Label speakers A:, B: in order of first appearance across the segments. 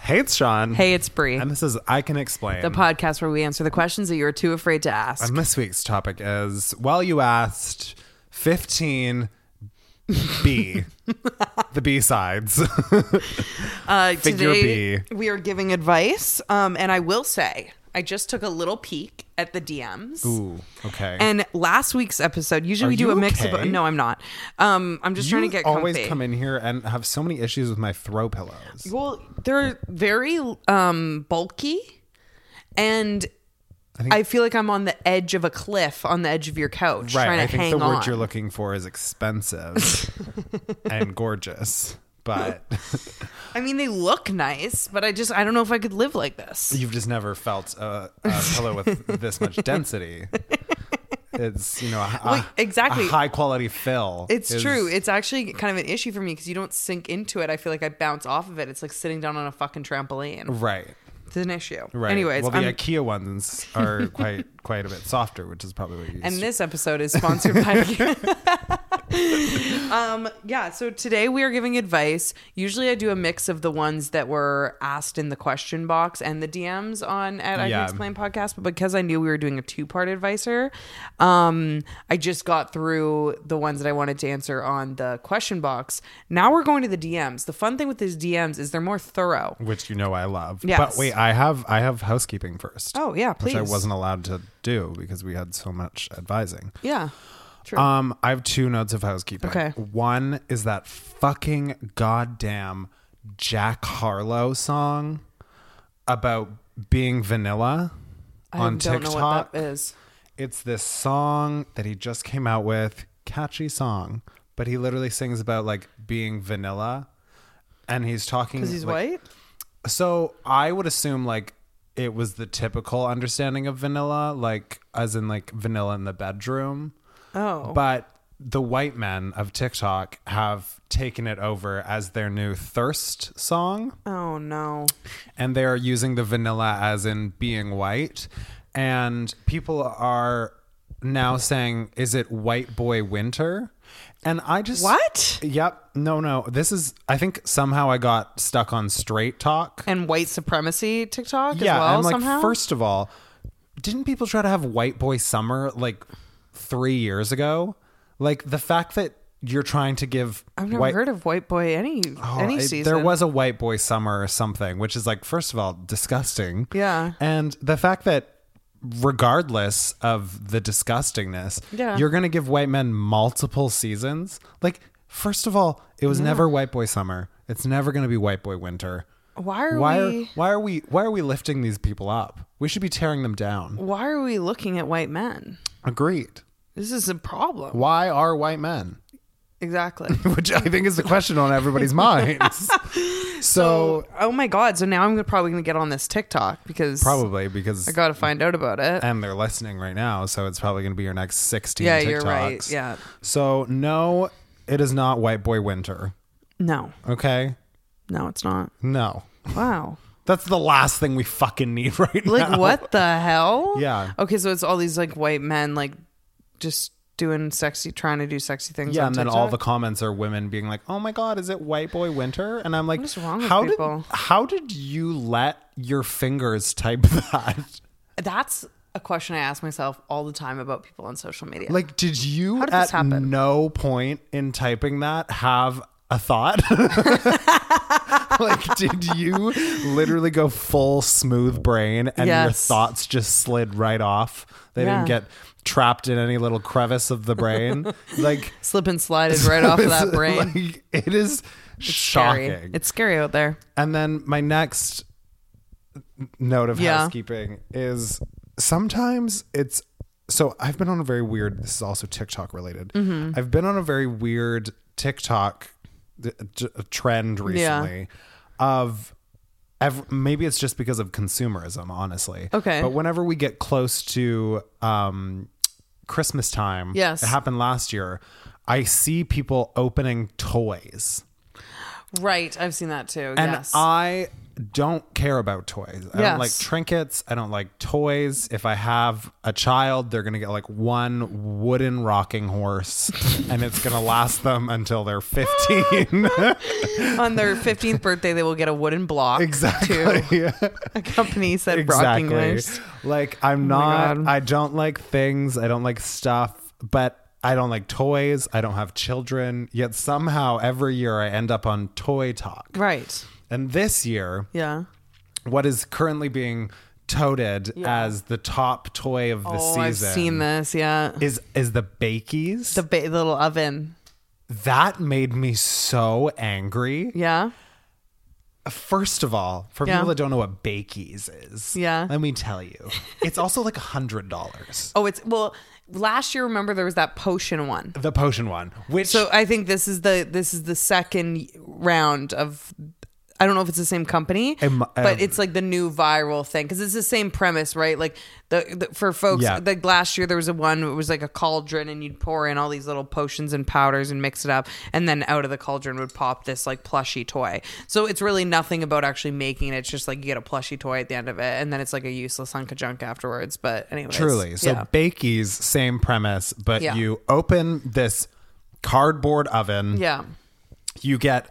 A: Hey, it's Sean.
B: Hey, it's Bree.
A: And this is I Can Explain.
B: the podcast where we answer the questions that you're too afraid to ask.
A: And this week's topic is Well, you asked 15 B, the B sides.
B: Uh,
A: Figure
B: today,
A: B.
B: we are giving advice. Um, and I will say, I just took a little peek at the DMs.
A: Ooh, okay.
B: And last week's episode, usually
A: Are
B: we do
A: you
B: a mix
A: okay?
B: of. No, I'm not. Um, I'm just trying to
A: You
B: get
A: always
B: comfy.
A: come in here and have so many issues with my throw pillows.
B: Well, they're very um, bulky, and I,
A: think-
B: feel like I'm on the edge of a cliff, on the edge of your couch,
A: Right.
B: trying to
A: I think
B: hang
A: the
B: on.
A: word you're looking for is expensive and gorgeous. But
B: I mean, they look nice, but I just I don't know if I could live like this.
A: you've just never felt a, a pillow with this much density. It's you know a, a-
B: Well, exactly.
A: a high quality fill.
B: It's
A: is-
B: true. It's actually kind of an issue for me because you don't sink into it. I feel like I bounce off of it. It's like sitting down on a fucking trampoline.
A: right.
B: It's an issue.
A: Right.
B: Anyways,
A: well, the
B: I'm-
A: IKEA ones are quite quite a bit softer, which is probably what you.
B: and this episode is sponsored by. um, yeah. So today we are giving advice. Usually I do a mix of the ones that were asked in the question box and the DMs on at I Can
A: Yeah.
B: Explain podcast, but because I knew we were doing a two part advisor, um, I just got through the ones that I wanted to answer on the question box. Now we're going to the DMs. The fun thing with these DMs is they're more thorough.
A: which you know I love.
B: Yes.
A: But wait, I have I have housekeeping first.
B: Oh yeah, please.
A: Which I wasn't allowed to do because we had so much advising.
B: Yeah. True.
A: Um, I have two notes of housekeeping.
B: Okay.
A: One is that fucking goddamn Jack Harlow song about being vanilla
B: I
A: on
B: don't
A: TikTok.
B: know what that is.
A: It's this song that he just came out with, catchy song, but he literally sings about like being vanilla, and he's talking
B: Because he's
A: like-
B: white.
A: so I would assume like it was the typical understanding of vanilla, like as in like vanilla in the bedroom.
B: Oh.
A: But the white men of TikTok have taken it over as their new thirst song
B: Oh no.
A: and they are using the vanilla as in being white. And people are now saying, is it white boy winter? And I just
B: What?
A: Yep. No, no. This is I think somehow I got stuck on straight talk.
B: And white supremacy TikTok
A: yeah,
B: as well
A: I'm like,
B: somehow.
A: first of all, didn't people try to have white boy summer like three years ago? Like the fact that you're trying to give
B: I've never
A: white
B: heard of white boy any
A: Oh,
B: any
A: it-
B: season.
A: There was a white boy summer or something, which is like, first of all, disgusting.
B: Yeah.
A: And the fact that, regardless of the disgustingness,
B: Yeah.
A: you're going to give white men multiple seasons. Like, first of all, it was never white boy summer. It's never going to be white boy winter.
B: Why are
A: why
B: we-
A: Are, why are we? Why are we lifting these people up? We should be tearing them down.
B: Why are we looking at white men?
A: Agreed.
B: This is a problem.
A: Why are white men?
B: Exactly.
A: Which I think is the question on everybody's minds. so
B: oh my god! So now I'm gonna- probably gonna get on this TikTok because
A: probably because
B: I gotta find out about it.
A: and they're listening right now, so it's probably going to be your next 16
B: Yeah,
A: TikToks.
B: you're right. Yeah.
A: So, no, it is not white boy winter,
B: No,
A: okay?
B: no, it's not.
A: No.
B: Wow.
A: That's the last thing we fucking need right
B: Like
A: now.
B: what the hell?
A: Yeah.
B: Okay, so it's all these like white men like just doing sexy, trying to do sexy things.
A: Yeah,
B: on
A: and then all the
B: TikTok.
A: comments are women being like, "Oh my god, is it white boy winter?" And I'm like,
B: What is wrong with
A: "How
B: people?"
A: did how did you let your fingers type that?
B: that's a question I ask myself all the time about people on social media.
A: Like, did you
B: How did
A: at
B: this happen?
A: no point in typing that have a thought? like, did you literally go full smooth brain and your
B: Yes.
A: thoughts just slid right off? They didn't
B: Yeah.
A: get trapped in any little crevice of the brain. like,
B: slip and slide is right off of that
A: it's-
B: brain.
A: like, it is shocking.
B: Scary. It's scary out there.
A: And then my next note of
B: Yeah.
A: housekeeping is sometimes it's so I've been on a very weird. This is also TikTok related.
B: Mm-hmm.
A: I've been on a very weird TikTok th- t- trend recently of. ev- Maybe it's just because of consumerism, honestly.
B: Okay.
A: But whenever we get close to um, Christmas time,
B: Yes.
A: it happened last year. I see people opening toys.
B: Right. I've seen that too.
A: And
B: yes.
A: I don't care about toys. I
B: Yes.
A: don't like trinkets. I don't like toys. If I have a child, they're going to get like one wooden rocking horse and it's going to last them until they're 15.
B: On their 15th birthday, they will get a wooden block.
A: exactly.
B: To accompany said rocking
A: exactly.
B: horse. Oh
A: Like I'm
B: my
A: not
B: God.
A: I don't like things, I don't like stuff, but I don't like toys, I don't have children, yet somehow every year I end up on toy talk.
B: Right.
A: And this year,
B: Yeah.
A: what is currently being touted
B: Yeah.
A: as the top toy of the
B: oh,
A: season
B: I've seen this. Yeah.
A: is is the Bakeys.
B: The ba- little oven.
A: that made me so angry.
B: Yeah.
A: First of all, for
B: Yeah.
A: people that don't know what Bakeys is,
B: Yeah.
A: let me tell you, it's also like a hundred dollars.
B: Oh, it's well. Last year, remember there was that potion one.
A: The potion one, which
B: So I think this is the this is the second round of. I don't know if it's the same company,
A: It mu-
B: but
A: um,
B: it's like the new viral thing because it's the same premise, right? Like the, the for folks,
A: Yeah.
B: like last year there was a one it was like a cauldron and you'd pour in all these little potions and powders and mix it up, and then out of the cauldron would pop this like plushy toy. So it's really nothing about actually making it. It's just like you get a plushy toy at the end of it, and then it's like a useless hunk of junk afterwards. But anyway,
A: truly, so
B: yeah.
A: Bakeys, same premise, but
B: Yeah.
A: you open this cardboard oven.
B: yeah.
A: you get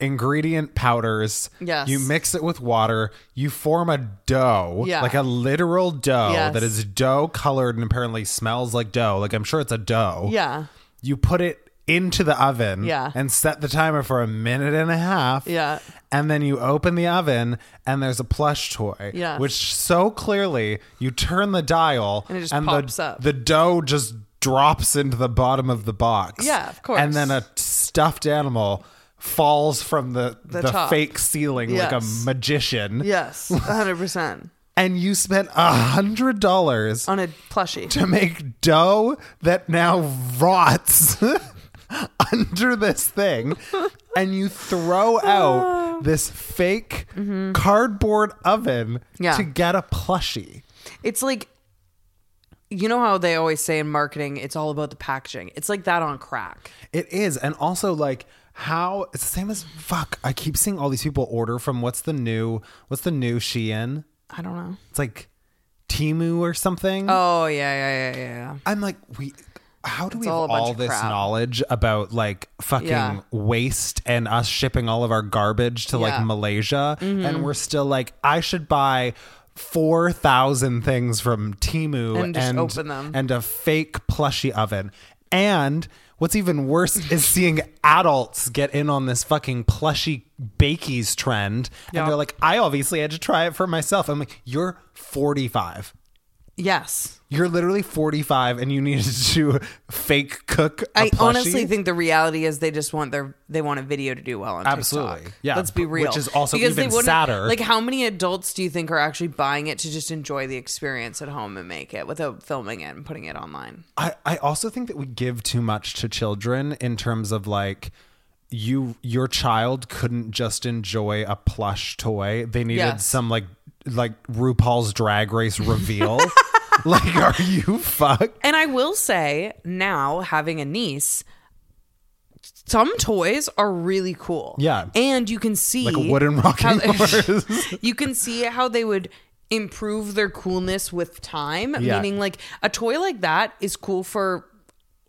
A: ingredient powders.
B: Yes.
A: You mix it with water. You form a dough,
B: Yeah.
A: like a literal dough
B: Yes.
A: that is dough colored and apparently smells like dough. Like I'm sure it's a dough.
B: Yeah.
A: You put it into the oven
B: Yeah.
A: and set the timer for a minute and a half.
B: Yeah.
A: And then you open the oven and there's a plush toy.
B: Yeah.
A: Which so clearly you turn the dial
B: And it just pops
A: the,
B: up.
A: the dough just drops into the bottom of the box.
B: Yeah, of course.
A: And then a stuffed animal falls from the,
B: The
A: the,
B: top.
A: fake ceiling like a
B: Yes.
A: magician.
B: Yes, 100%.
A: And you spent a hundred dollars
B: On a plushie.
A: to make dough that now rots under this thing and you throw
B: Ah.
A: out this fake cardboard oven
B: Mm-hmm. Yeah.
A: to get a plushie.
B: It's like, you know how they always say in marketing, it's all about the packaging. It's like that on crack.
A: It is. And also, like, how it's the same as fuck. I keep seeing all these people order from what's the new, what's the new Shein?
B: I don't know.
A: It's like Timu or something.
B: Oh, yeah, yeah, yeah, yeah.
A: I'm like, we. How do we have
B: all
A: all,
B: a bunch of
A: this
B: crap.
A: knowledge about like fucking
B: Yeah.
A: waste and us shipping all of our garbage to
B: Yeah. Mm-hmm.
A: like Malaysia and we're still like, I should buy four thousand things from Timu
B: And just open them.
A: and a fake plushie oven. And what's even worse is seeing adults get in on this fucking plushy bakies trend.
B: Yeah.
A: And they're like, I obviously had to try it for myself. I'm like, you're 45.
B: Yes.
A: You're literally 45 and you needed to fake cook. a
B: I honestly
A: plushie?
B: think the reality is they just want their they want a video to do well on
A: Absolutely.
B: TikTok.
A: Yeah,
B: let's be
A: but-
B: real.
A: which is also even
B: wouldn't-
A: sadder.
B: Like, how many adults do you think are actually buying it to just enjoy the experience at home and make it without filming it and putting it online?
A: I, I also think that we give too much to children in terms of like you your child couldn't just enjoy a plush toy. They needed
B: Yes.
A: some like like RuPaul's drag race reveal. like are you fucked?
B: And I will say now, having a niece, some toys are really cool.
A: Yeah.
B: And you can see
A: Like a wooden rocking horse.
B: you can see how they would improve their coolness with time.
A: Yeah.
B: Meaning like a toy like that is cool for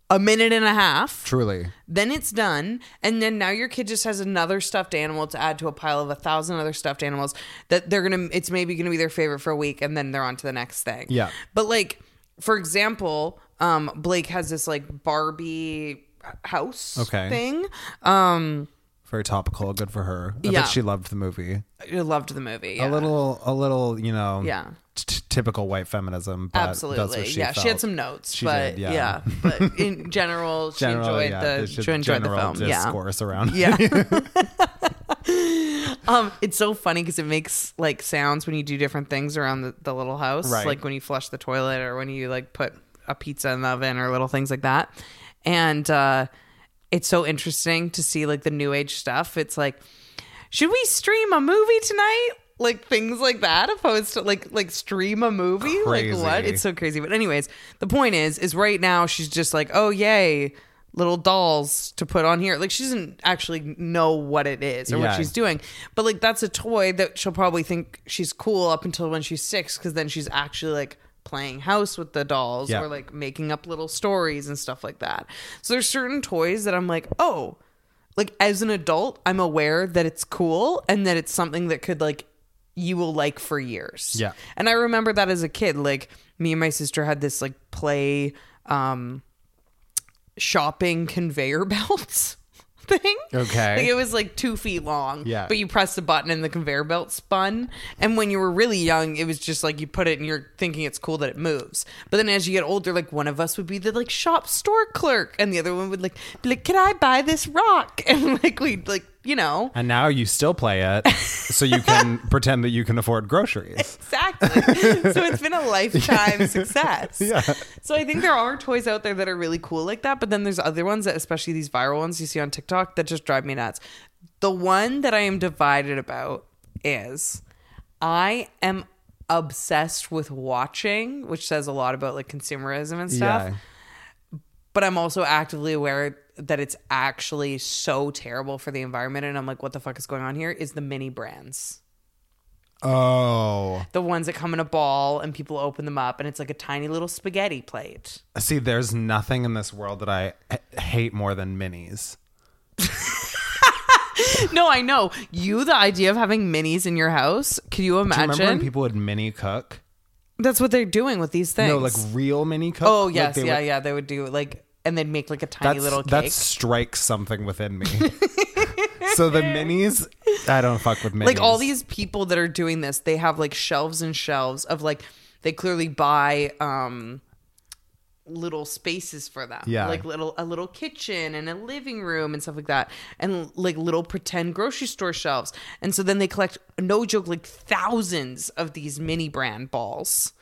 B: a minute and a half.
A: Truly.
B: Then it's done, and then now your kid just has another stuffed animal to add to a pile of a thousand other stuffed animals that they're gonna. It's maybe gonna be their favorite for a week, and then they're on to the next thing.
A: Yeah.
B: But like, for example, um, Blake has this like Barbie house
A: Okay.
B: thing. Um,
A: Very topical, good for her. I
B: Yeah.
A: bet she loved the movie.
B: I loved the movie. Yeah.
A: A little a little, you know,
B: Yeah.
A: t- typical white feminism, but that's what
B: Absolutely.
A: she
B: yeah, she had
A: felt.
B: some notes,
A: She
B: but
A: did, yeah.
B: yeah. But in general, she
A: General,
B: enjoyed
A: yeah,
B: the
A: there's just
B: she enjoyed the
A: general
B: film. Yeah.
A: discourse around
B: Yeah. um, it's so funny because it makes like sounds when you do different things around the, the little house,
A: Right.
B: like when you flush the toilet or when you like put a pizza in the oven or little things like that. And uh, it's so interesting to see like the new age stuff. It's like, should we stream a movie tonight? Like things like that, opposed to like like stream a movie. Like what?
A: Crazy.
B: It's so crazy. But anyways, the point is, is right now she's just like, oh yay, little dolls to put on here. Like she doesn't actually know what it is or what
A: Yeah.
B: she's doing. But like that's a toy that she'll probably think she's cool up until when she's six, because then she's actually like playing house with the dolls
A: Yeah.
B: or like making up little stories and stuff like that. So there's certain toys that I'm like, oh, like as an adult, I'm aware that it's cool and that it's something that could like you will like for years.
A: Yeah.
B: And I remember that as a kid, like me and my sister had this like play um shopping conveyor belts thing.
A: Okay.
B: Like it was like two feet long.
A: Yeah.
B: But you pressed a button and the conveyor belt spun. And when you were really young, it was just like you put it and you're thinking it's cool that it moves. But then as you get older, like one of us would be the like shop store clerk and the other one would like be like, Can I buy this rock? And like we'd like, you know.
A: And now you still play it so you can pretend that you can afford groceries.
B: Exactly. so it's been a lifetime success.
A: Yeah.
B: So I think there are toys out there that are really cool like that, but then there's other ones that, especially these viral ones you see on TikTok, that just drive me nuts. The one that I am divided about is I am obsessed with watching, which says a lot about like consumerism and stuff
A: Yeah.
B: but I'm also actively aware that it's actually so terrible for the environment. And I'm like, what the fuck is going on here? Is the mini brands.
A: Oh.
B: The ones that come in a ball and people open them up and it's like a tiny little spaghetti plate.
A: See, there's nothing in this world that I h- hate more than minis.
B: no, I know. You, the idea of having minis in your house, can you imagine?
A: Remember when people would mini cook?
B: That's what they're doing with these things.
A: No, like real mini cook.
B: oh,
A: Like,
B: yes.
A: they
B: yeah,
A: would-
B: yeah. They would do like, and they'd make like a tiny
A: That's,
B: little cake.
A: that strikes something within me. so the minis, I don't fuck with minis.
B: like all these people that are doing this they have like shelves and shelves of like they clearly buy um little spaces for them
A: Yeah.
B: like little a little kitchen and a living room and stuff like that and like little pretend grocery store shelves and so then they collect no joke like thousands of these mini brand balls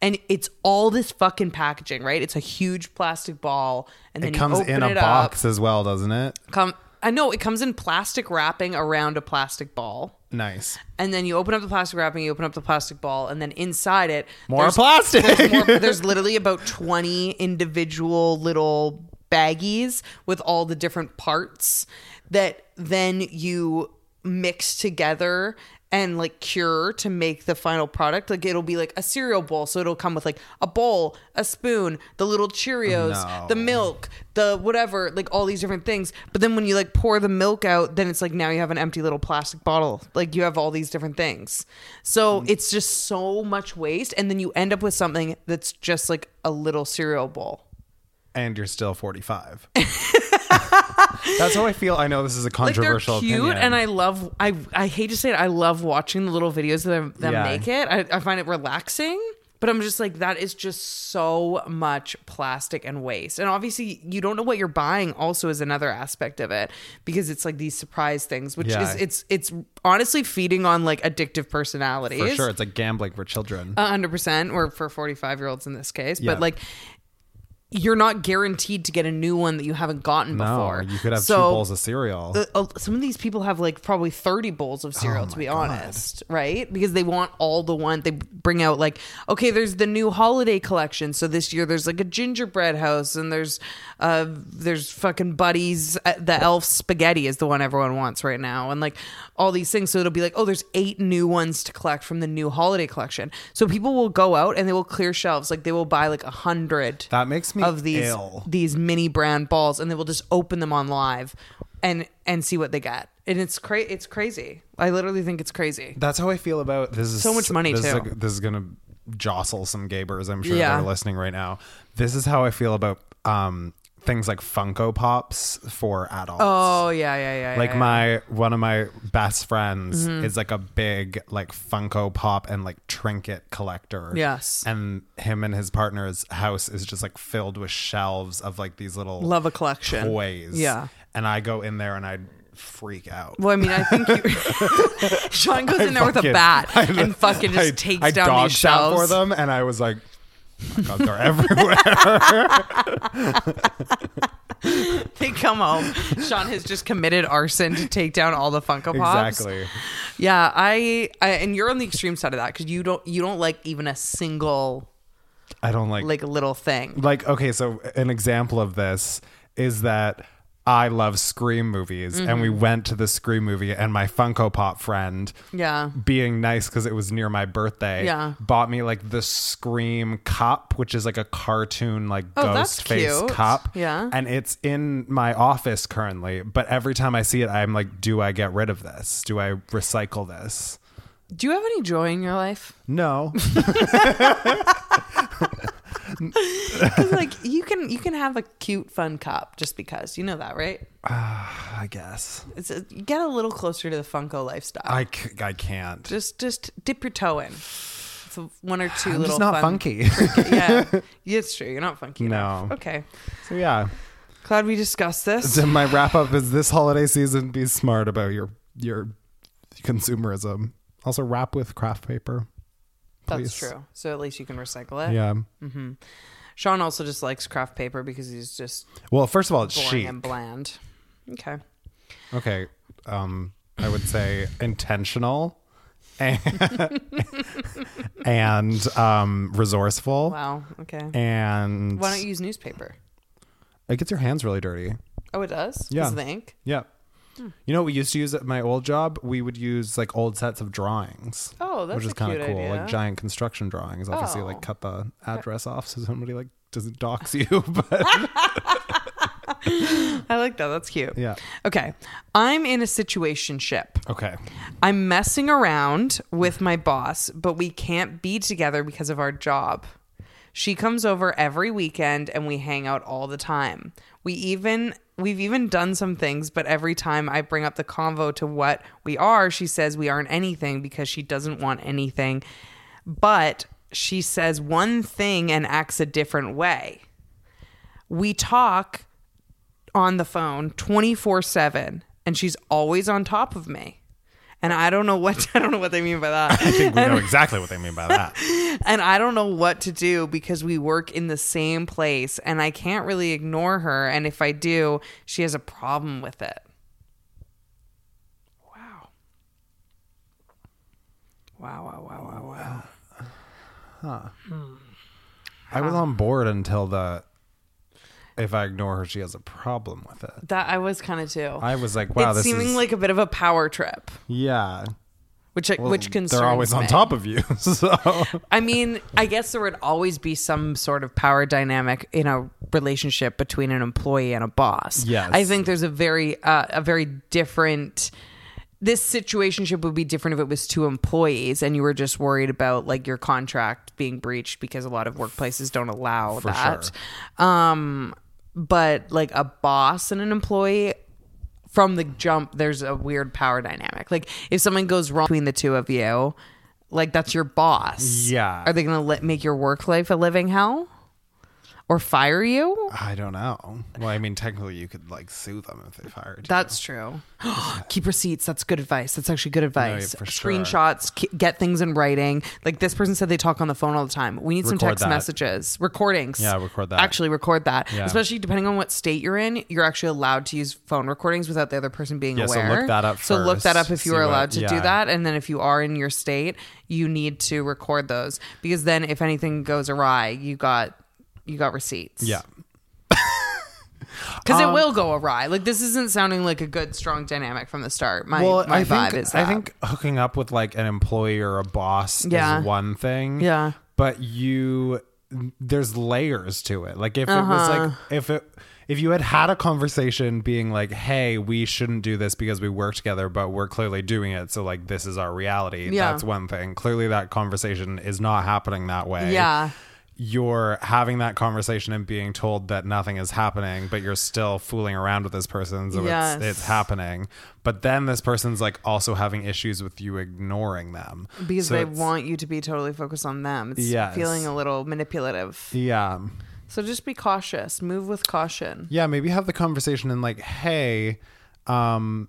B: and it's all this fucking packaging right it's a huge plastic ball and then
A: It comes
B: you open
A: in a
B: it box
A: box as well, doesn't it?
B: up, come i know it comes in plastic wrapping around a plastic ball
A: Nice.
B: and then you open up the plastic wrapping, you open up the plastic ball, and then inside it,
A: More
B: there's,
A: plastic.
B: more- there's literally about 20 individual little baggies with all the different parts that then you mix together and like cure to make the final product. Like it'll be like a cereal bowl. So it'll come with like a bowl, a spoon, the little Cheerios,
A: No.
B: the milk, the whatever, like all these different things. But then when you like pour the milk out, then it's like now you have an empty little plastic bottle. Like you have all these different things. So it's just so much waste. And then you end up with something that's just like a little cereal bowl.
A: and you're still 45. That's how I feel. I know this is a
B: Like they're
A: controversial
B: cute,
A: opinion.
B: and I love. I I hate to say it. I love watching the little videos that them, them
A: Yeah.
B: make it. I, I find it relaxing, but I'm just like that is just so much plastic and waste. And obviously, you don't know what you're buying. Also, is another aspect of it because it's like these surprise things, which
A: Yeah.
B: is it's it's honestly feeding on like addictive personalities
A: for sure, it's like gambling for children.
B: hundred percent, or for forty-five year olds in this case.
A: Yeah.
B: But like, you're not guaranteed to get a new one that you haven't gotten
A: no,
B: before.
A: you could have
B: So-
A: two bowls of cereal.
B: uh, uh, some of these people have like probably 30 bowls of cereal to be honest right because they want all the one they bring out like okay there's the new holiday collection so this year there's like a gingerbread house and there's uh there's fucking buddies uh, the elf spaghetti is the one everyone wants right now and like all these things so it'll be like oh there's eight new ones to collect from the new holiday collection so people will go out and they will clear shelves like they will buy like a hundred
A: that makes me
B: of these
A: ill.
B: these mini brand balls and they will just open them on live and and see what they get and it's cra- it's crazy i literally think it's crazy
A: That's how I feel about this. Is
B: So much money,
A: this Is
B: too.
A: a- this is gonna jostle some gabers. I'm sure
B: Yeah.
A: that are listening right now. This is how I feel about um, things like Funko Pops for adults.
B: oh yeah yeah yeah
A: like
B: yeah,
A: my one of my best friends
B: Mm-hmm.
A: is like a big like Funko Pop and like trinket collector.
B: Yes.
A: and him and his partner's house is just like filled with shelves of like these little
B: yeah. love a collection
A: toys.
B: yeah
A: and I go in there and I freak out.
B: well, I mean, I think you, Sean goes in there with a
A: fucking-
B: bat
A: I-
B: and fucking just
A: I-
B: takes
A: I
B: down
A: dog
B: these
A: sat
B: shelves.
A: for them, and I was like, oh my God, they're everywhere.
B: They come home. Sean has just committed arson to take down all the Funko Pops.
A: exactly.
B: Yeah, I, I and you're on the extreme side of that because you don't you don't like even a single
A: I don't like
B: like little thing.
A: like okay. So an example of this is that I love Scream movies, and
B: Mm-hmm.
A: we went to the Scream movie, and my Funko Pop friend,
B: Yeah.
A: being nice because it was near my birthday,
B: Yeah.
A: bought me like the Scream Cop, which is like a cartoon like
B: Oh, that's
A: ghost face
B: cute.
A: cop,
B: Yeah.
A: and it's in my office currently. But every time I see it, I'm like, do I get rid of this? Do I recycle this?
B: Do you have any joy in your life?
A: No,
B: Because like you can you can have a cute fun cop just because you know that right?
A: I guess
B: It's a, get a little closer to the Funko lifestyle.
A: I, c- I can't.
B: just just dip your toe in. It's a- one or 2
A: I'm
B: little
A: just not
B: fun-
A: funky.
B: yeah, it's true. You're not funky.
A: No.
B: enough. Okay.
A: so yeah.
B: Glad we discussed this.
A: So my wrap up is this holiday season be smart about your your consumerism. Also wrap with craft paper.
B: That's
A: please.
B: true. So at least you can recycle it.
A: Yeah.
B: Sean also just likes craft paper because he's just
A: Well, first of all, it's
B: boring
A: chic.
B: and bland. Okay.
A: Okay. Um I would say intentional and, and um resourceful
B: Wow. Okay.
A: and
B: Why don't you use newspaper?
A: it gets your hands really dirty.
B: Oh, it does.
A: Yeah.
B: Because of the ink.
A: Yeah.
B: Hmm.
A: You know what we used to use at my old job? We would use like old sets of drawings.
B: Oh, that's
A: which is
B: a
A: kind of
B: cute
A: cool,
B: idea.
A: like giant construction drawings. Obviously,
B: Oh.
A: like cut the address off so somebody like doesn't dox you. But
B: I like that. That's cute.
A: yeah,
B: Okay. I'm in a situation ship.
A: okay,
B: I'm messing around with my boss, but we can't be together because of our job. She comes over every weekend and we hang out all the time. We even we've even done some things, but every time I bring up the convo to what we are, she says we aren't anything because she doesn't want anything. But she says one thing and acts a different way. We talk on the phone 24 7 and she's always on top of me and i don't know what i don't know what they mean by
A: I
B: that
A: think we know exactly what they mean by that.
B: and i don't know what to do because we work in the same place and i can't really ignore her and if i do she has a problem with it wow wow wow wow wow wow
A: I was
B: Uh.
A: on board until the if I ignore her, she has a problem with it.
B: that i was kind of too
A: I was like, wow,
B: it's
A: this
B: seeming
A: is
B: like a bit of a power trip
A: yeah.
B: which which concerns
A: They're always on
B: me.
A: top of you, so
B: I mean, I guess there would always be some sort of power dynamic in a relationship between an employee and a boss.
A: Yes.
B: I think there's a very uh, a very different this situationship would be different if it was two employees and you were just worried about like your contract being breached because a lot of workplaces don't allow that. Um but like a boss and an employee from the jump there's a weird power dynamic. Like if something goes wrong between the two of you, like that's your boss.
A: Yeah.
B: Are they going to let make your work life a living hell? Or fire you?
A: I don't know. Well, I mean, technically, you could like sue them if they fired you.
B: That's true. Keep receipts. That's good advice. That's actually good advice.
A: yeah, for sure.
B: Screenshots, k- get things in writing. Like this person said they talk on the phone all the time. We need some
A: Record
B: text
A: that.
B: messages, recordings.
A: Yeah, record that.
B: Actually, record that.
A: Yeah.
B: Especially depending on what state you're in, you're actually allowed to use phone recordings without the other person being
A: Yeah, so
B: aware.
A: look that up
B: So look that
A: first,
B: up if you
A: see
B: are
A: what-
B: allowed to do
A: yeah.
B: that. And then if you are in your state, you need to record those because then if anything goes awry, you got you got receipts
A: Yeah.
B: because
A: Um,
B: it will go awry. Like this isn't sounding like a good, strong dynamic from the start. My,
A: well,
B: my
A: I
B: vibe
A: think,
B: is that.
A: I think hooking up with like an employee or a boss
B: Yeah.
A: is one thing.
B: Yeah.
A: But you, there's layers to it. Like if it was
B: Uh-huh.
A: like, if it, if you had had a conversation being like, hey, we shouldn't do this because we work together, but we're clearly doing it. So like, this is our reality.
B: Yeah.
A: That's one thing. Clearly that conversation is not happening that way.
B: Yeah.
A: You're having that conversation and being told that nothing is happening, but you're still fooling around with this person. So
B: Yes.
A: it's, it's happening. But then this person's like also having issues with you ignoring them
B: because
A: So
B: they
A: it's-
B: want you to be totally focused on them. It's
A: Yes.
B: feeling a little manipulative.
A: Yeah,
B: So just be cautious. Move with caution.
A: yeah. Maybe have the conversation and like, hey, um,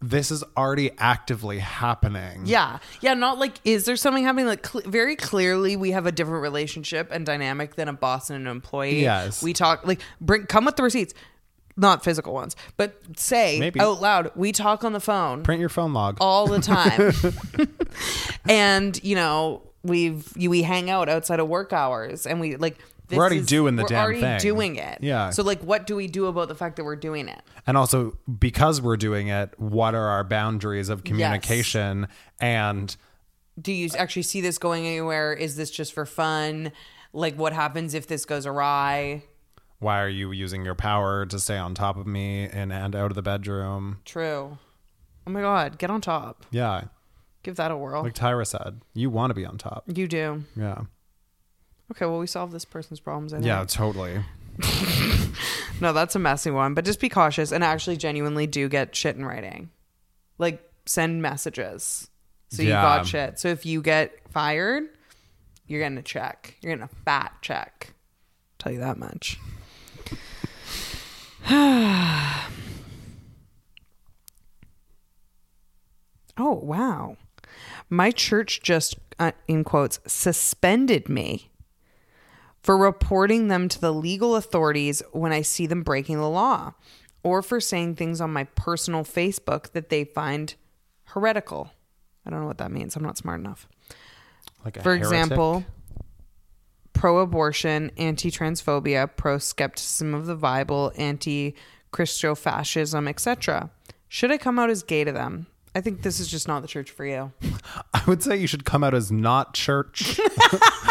A: this is already actively happening.
B: Yeah. Yeah. Not like, is there something happening? Like, cl- very clearly, we have a different relationship and dynamic than a boss and an employee.
A: Yes.
B: We talk, like, bring, come with the receipts, not physical ones, but say
A: Maybe.
B: out loud, we talk on the phone.
A: Print your phone log.
B: all the time. and you know, we've you, we hang out outside of work hours, and we like this
A: already
B: is-
A: doing the
B: we're
A: damn
B: already
A: thing.
B: doing it.
A: Yeah.
B: So like, what do we do about the fact that we're doing it?
A: And also, because we're doing it, what are our boundaries of communication? And
B: do you actually see this going anywhere? Is this just for fun? Like, what happens if this goes awry?
A: why are you using your power to stay on top of me and, and out of the bedroom?
B: True. Oh my God, get on top.
A: Yeah.
B: Give that a whirl.
A: Like Tyra said, you want to be on top.
B: you do.
A: Yeah.
B: Okay, well, we solved this person's problems. I think.
A: Yeah, totally.
B: No, that's a messy one, but just be cautious and actually genuinely do get shit in writing. Like, send messages. So you
A: Yeah.
B: got shit. So if you get fired, you're getting a check. You're getting a fat check. Tell you that much. Oh, wow. My church just, uh, in quotes, suspended me for reporting them to the legal authorities when I see them breaking the law or for saying things on my personal Facebook that they find heretical. I don't know what that means. I'm not smart enough.
A: Like a
B: For
A: heretic.
B: example, pro abortion, anti transphobia, pro skepticism of the Bible, anti Christo fascism, etc. Should I come out as gay to them? I think this is just not the church for you.
A: I would say you should come out as not church.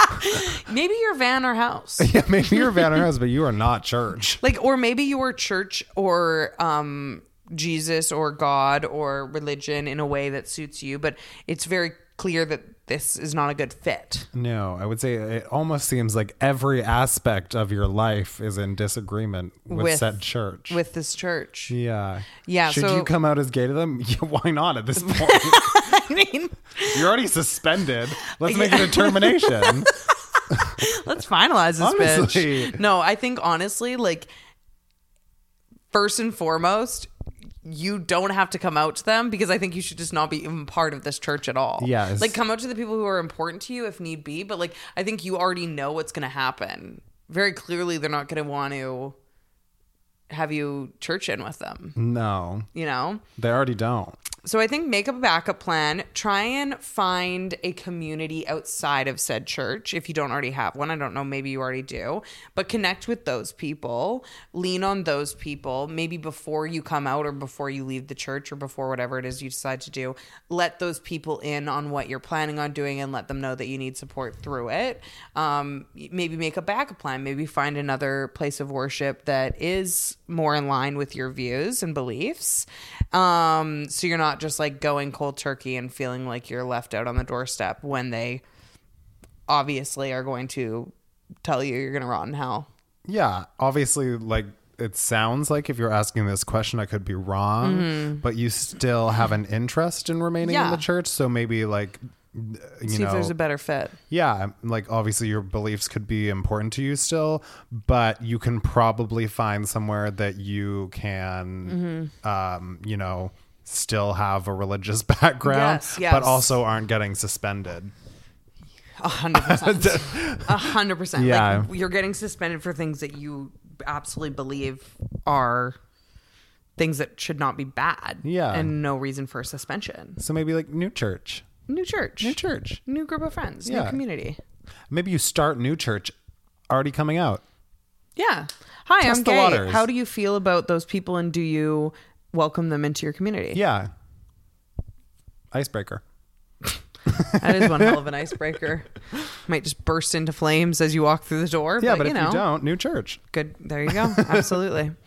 B: Maybe your van or house.
A: yeah, maybe you're Van House, but you are not church.
B: Like, or maybe you were church or um, Jesus or God or religion in a way that suits you, but it's very clear that this is not a good fit.
A: No, I would say it almost seems like every aspect of your life is in disagreement with,
B: With-
A: said church.
B: With this church,
A: yeah.
B: Yeah,
A: Should
B: so-
A: you come out as gay to them? Yeah, why not at this point?
B: I mean,
A: You're already suspended. Let's make a determination.
B: let's finalize this
A: Honestly.
B: bitch. No, I think honestly, like first and foremost, you don't have to come out to them because I think you should just not be even part of this church at all.
A: Yes.
B: Like come out to the people who are important to you if need be, but like I think you already know what's gonna happen. Very clearly they're not gonna want to have you church in with them,
A: no,
B: you know?
A: they already don't.
B: So I think make a backup plan. Try and find a community outside of said church if you don't already have one. I don't know, maybe you already do, but connect with those people. Lean on those people. Maybe before you come out or before you leave the church or before whatever it is you decide to do, let those people in on what you're planning on doing and let them know that you need support through it. Um, maybe make a backup plan. Maybe find another place of worship that is more in line with your views and beliefs. Um, so you're not just like going cold turkey and feeling like you're left out on the doorstep when they obviously are going to tell you you're going to rot in hell.
A: Yeah, obviously, like it sounds like if you're asking this question, I could be wrong, but you still have an interest in remaining in
B: Mm-hmm. Yeah.
A: the church. So maybe, like, you
B: See
A: know,
B: if there's a better fit.
A: yeah, like obviously your beliefs could be important to you still, but you can probably find somewhere that you can,
B: Mm-hmm.
A: um, you know, still have a religious background,
B: Yes, yes.
A: but also aren't getting suspended.
B: A hundred percent. A hundred percent.
A: Yeah.
B: Like you're getting suspended for things that you absolutely believe are things that should not be bad.
A: Yeah.
B: And no reason for suspension.
A: So maybe like new church,
B: New church.
A: new church.
B: New group of friends. New
A: Yeah.
B: community.
A: Maybe you start new church already coming out.
B: Yeah. Hi,
A: Test
B: I'm
A: the
B: gay.
A: waters.
B: How do you feel about those people and do you welcome them into your community?
A: Yeah. Icebreaker.
B: That is one hell of an icebreaker. Might just burst into flames as you walk through the door.
A: Yeah, but
B: you
A: if
B: know.
A: you don't, new church.
B: Good. There you go. Absolutely.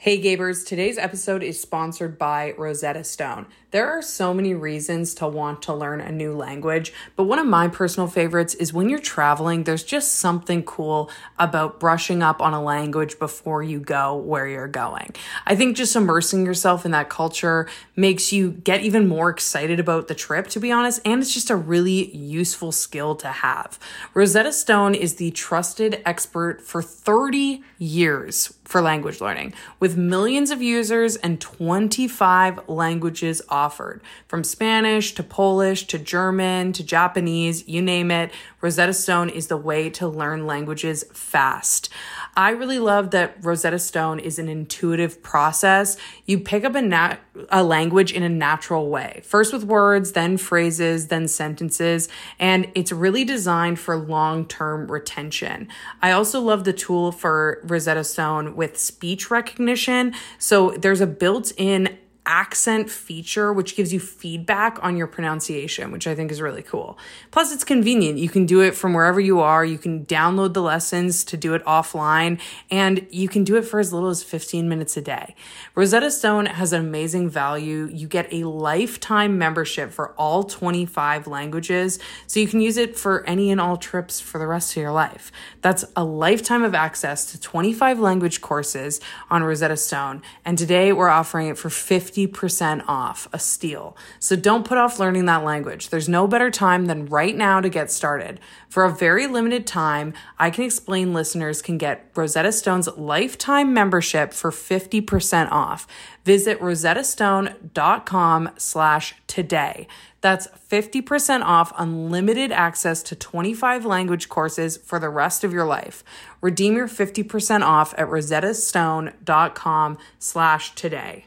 B: Hey Gabers, today's episode is sponsored by Rosetta Stone. There are so many reasons to want to learn a new language, but one of my personal favorites is when you're traveling, there's just something cool about brushing up on a language before you go where you're going. I think just immersing yourself in that culture makes you get even more excited about the trip, to be honest, and it's just a really useful skill to have. Rosetta Stone is the trusted expert for 30 years for language learning with with millions of users and 25 languages offered from Spanish to Polish to German to Japanese, you name it. Rosetta Stone is the way to learn languages fast. I really love that Rosetta Stone is an intuitive process. You pick up a, nat- a language in a natural way, first with words, then phrases, then sentences, and it's really designed for long term retention. I also love the tool for Rosetta Stone with speech recognition. So there's a built in accent feature, which gives you feedback on your pronunciation, which I think is really cool. Plus, it's convenient. You can do it from wherever you are. You can download the lessons to do it offline, and you can do it for as little as 15 minutes a day. Rosetta Stone has an amazing value. You get a lifetime membership for all 25 languages, so you can use it for any and all trips for the rest of your life. That's a lifetime of access to 25 language courses on Rosetta Stone, and today we're offering it for 50 50% off, a steal. So don't put off learning that language. There's no better time than right now to get started. For a very limited time, I Can Explain listeners can get Rosetta Stone's lifetime membership for 50% off. Visit rosettastone.com slash today. That's 50% off unlimited access to 25 language courses for the rest of your life. Redeem your 50% off at rosettastone.com slash today.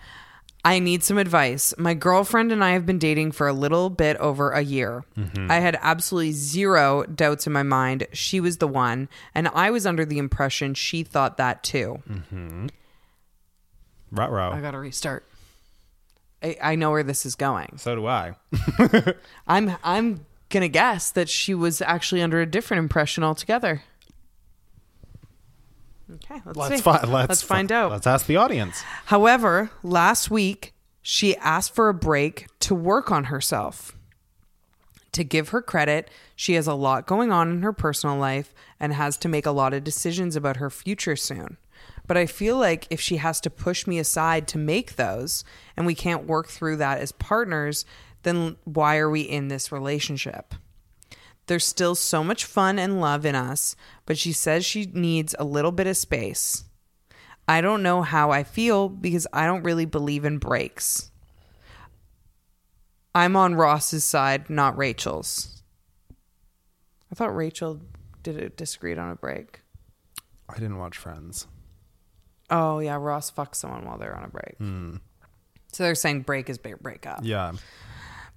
B: I need some advice. My girlfriend and I have been dating for a little bit over a year.
A: Mm-hmm.
B: I had absolutely zero doubts in my mind. She was the one, and I was under the impression she thought that too.
A: Mm-hmm. Rot row.
B: I gotta restart. I, I know where this is going.
A: So do I.
B: I'm I'm gonna guess that she was actually under a different impression altogether. Okay, let's,
A: Let's
B: see.
A: find. Let's,
B: let's
A: fi-
B: find out.
A: Let's ask the audience.
B: However, last week, she asked for a break to work on herself. To give her credit, she has a lot going on in her personal life and has to make a lot of decisions about her future soon. But I feel like if she has to push me aside to make those and we can't work through that as partners, then why are we in this relationship? There's still so much fun and love in us, but she says she needs a little bit of space. I don't know how I feel because I don't really believe in breaks. I'm on Ross's side, not Rachel's. I thought Rachel did it disagreed on a break.
A: I didn't watch Friends.
B: Oh yeah, Ross fucks someone while they're on a break. So they're saying break is ba- breakup.
A: Yeah.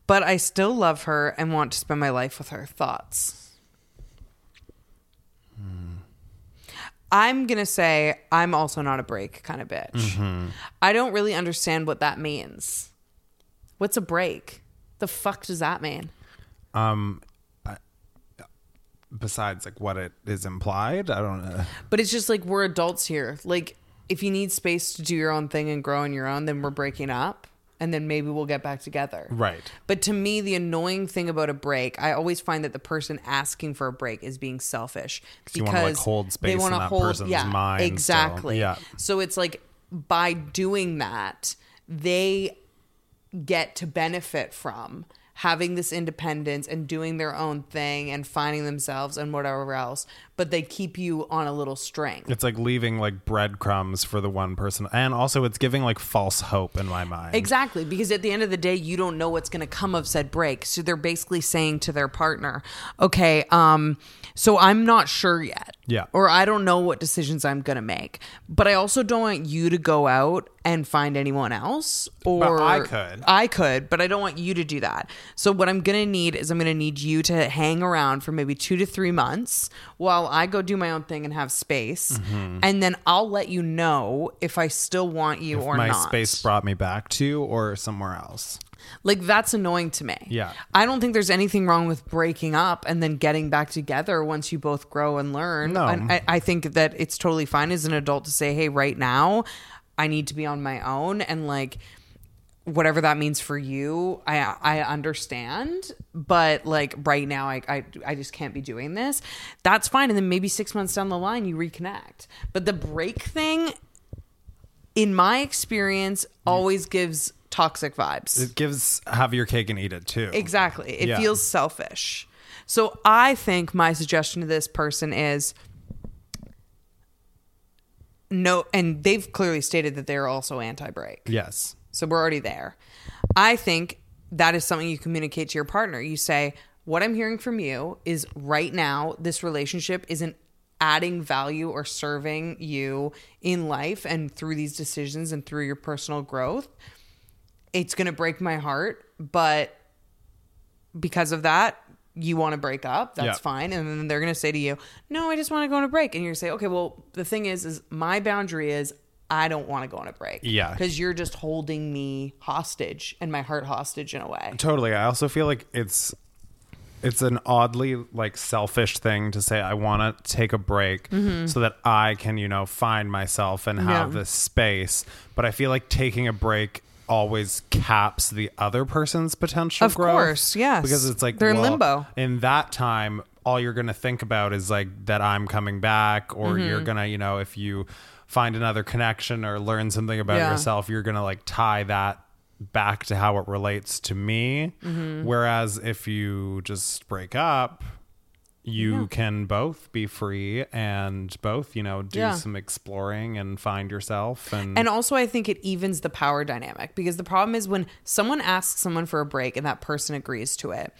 B: But I still love her and want to spend my life with her thoughts. I'm going to say I'm also not a break kind of bitch. I don't really understand what that means. What's a break? The fuck does that mean?
A: Besides, like what it is implied, I don't uh, know.
B: But it's just like we're adults here. Like if you need space to do your own thing and grow on your own, then we're breaking up and then maybe we'll get back together.
A: Right.
B: But to me, the annoying thing about a break, I always find that the person asking for a break is being selfish because
A: you wanna, like, hold space in
B: wanna
A: that person's mind still.
B: Exactly.
A: Yeah.
B: So it's like by doing that, they get to benefit from having this independence and doing their own thing and finding themselves and whatever else. But they keep you on a little string.
A: It's like leaving like breadcrumbs for the one person, and also it's giving like false hope in my mind.
B: Exactly, because at the end of the day, you don't know what's going to come of said break. So they're basically saying to their partner, "Okay, um, so I'm not sure yet,
A: Yeah.
B: or I don't know what decisions I'm going to make, but I also don't want you to go out and find anyone else, or
A: I could.
B: I could, but I don't want you to do that. So what I'm going to need is I'm going to need you to hang around for maybe 2 to 3 months while I go do my own thing and have space.
A: Mm-hmm.
B: And then I'll let you know if I still want you or
A: my
B: not.
A: space brought me back to or somewhere else.
B: Like that's annoying to me.
A: Yeah.
B: I don't think there's anything wrong with breaking up and then getting back together once you both grow and learn.
A: No.
B: And I, I think that it's totally fine as an adult to say, hey, right now, I need to be on my own and like whatever that means for you i i understand but like right now I, I i just can't be doing this that's fine and then maybe six months down the line you reconnect but the break thing in my experience always gives toxic vibes
A: It gives have your cake and eat it too.
B: Exactly. It
A: Yeah.
B: feels selfish. So I think my suggestion to this person is no, and they've clearly stated that they're also anti break.
A: Yes.
B: So we're already there. I think that is something you communicate to your partner. You say, What I'm hearing from you is right now, this relationship isn't adding value or serving you in life and through these decisions and through your personal growth. It's going to break my heart, but because of that, you want to break up. That's
A: Yeah.
B: fine. And then they're going to say to you, No, I just want to go on a break. And you're going to say, Okay, well, the thing is, is my boundary is I don't want to go on a break
A: Yeah.
B: because you're just holding me hostage and my heart hostage in a way.
A: Totally. I also feel like it's it's an oddly like selfish thing to say I want to take a break so that I can, you know, find myself and have
B: Mm-hmm. Yeah.
A: this space, but I feel like taking a break always caps the other person's potential
B: Of
A: growth.
B: course, yes.
A: Because it's like
B: They're in
A: well,
B: limbo.
A: In that time, all you're going to think about is like that I'm coming back or
B: Mm-hmm.
A: you're going to, you know, if you find another connection or learn something about
B: Yeah.
A: yourself yourself, you're going to like tie that back to how it relates to me.
B: Mm-hmm.
A: Whereas if you just break up, you can both be free and both, you know, do
B: Yeah.
A: some exploring and find yourself. And,
B: And also, I think it evens the power dynamic because the problem is when someone asks someone for a break and that person agrees to it,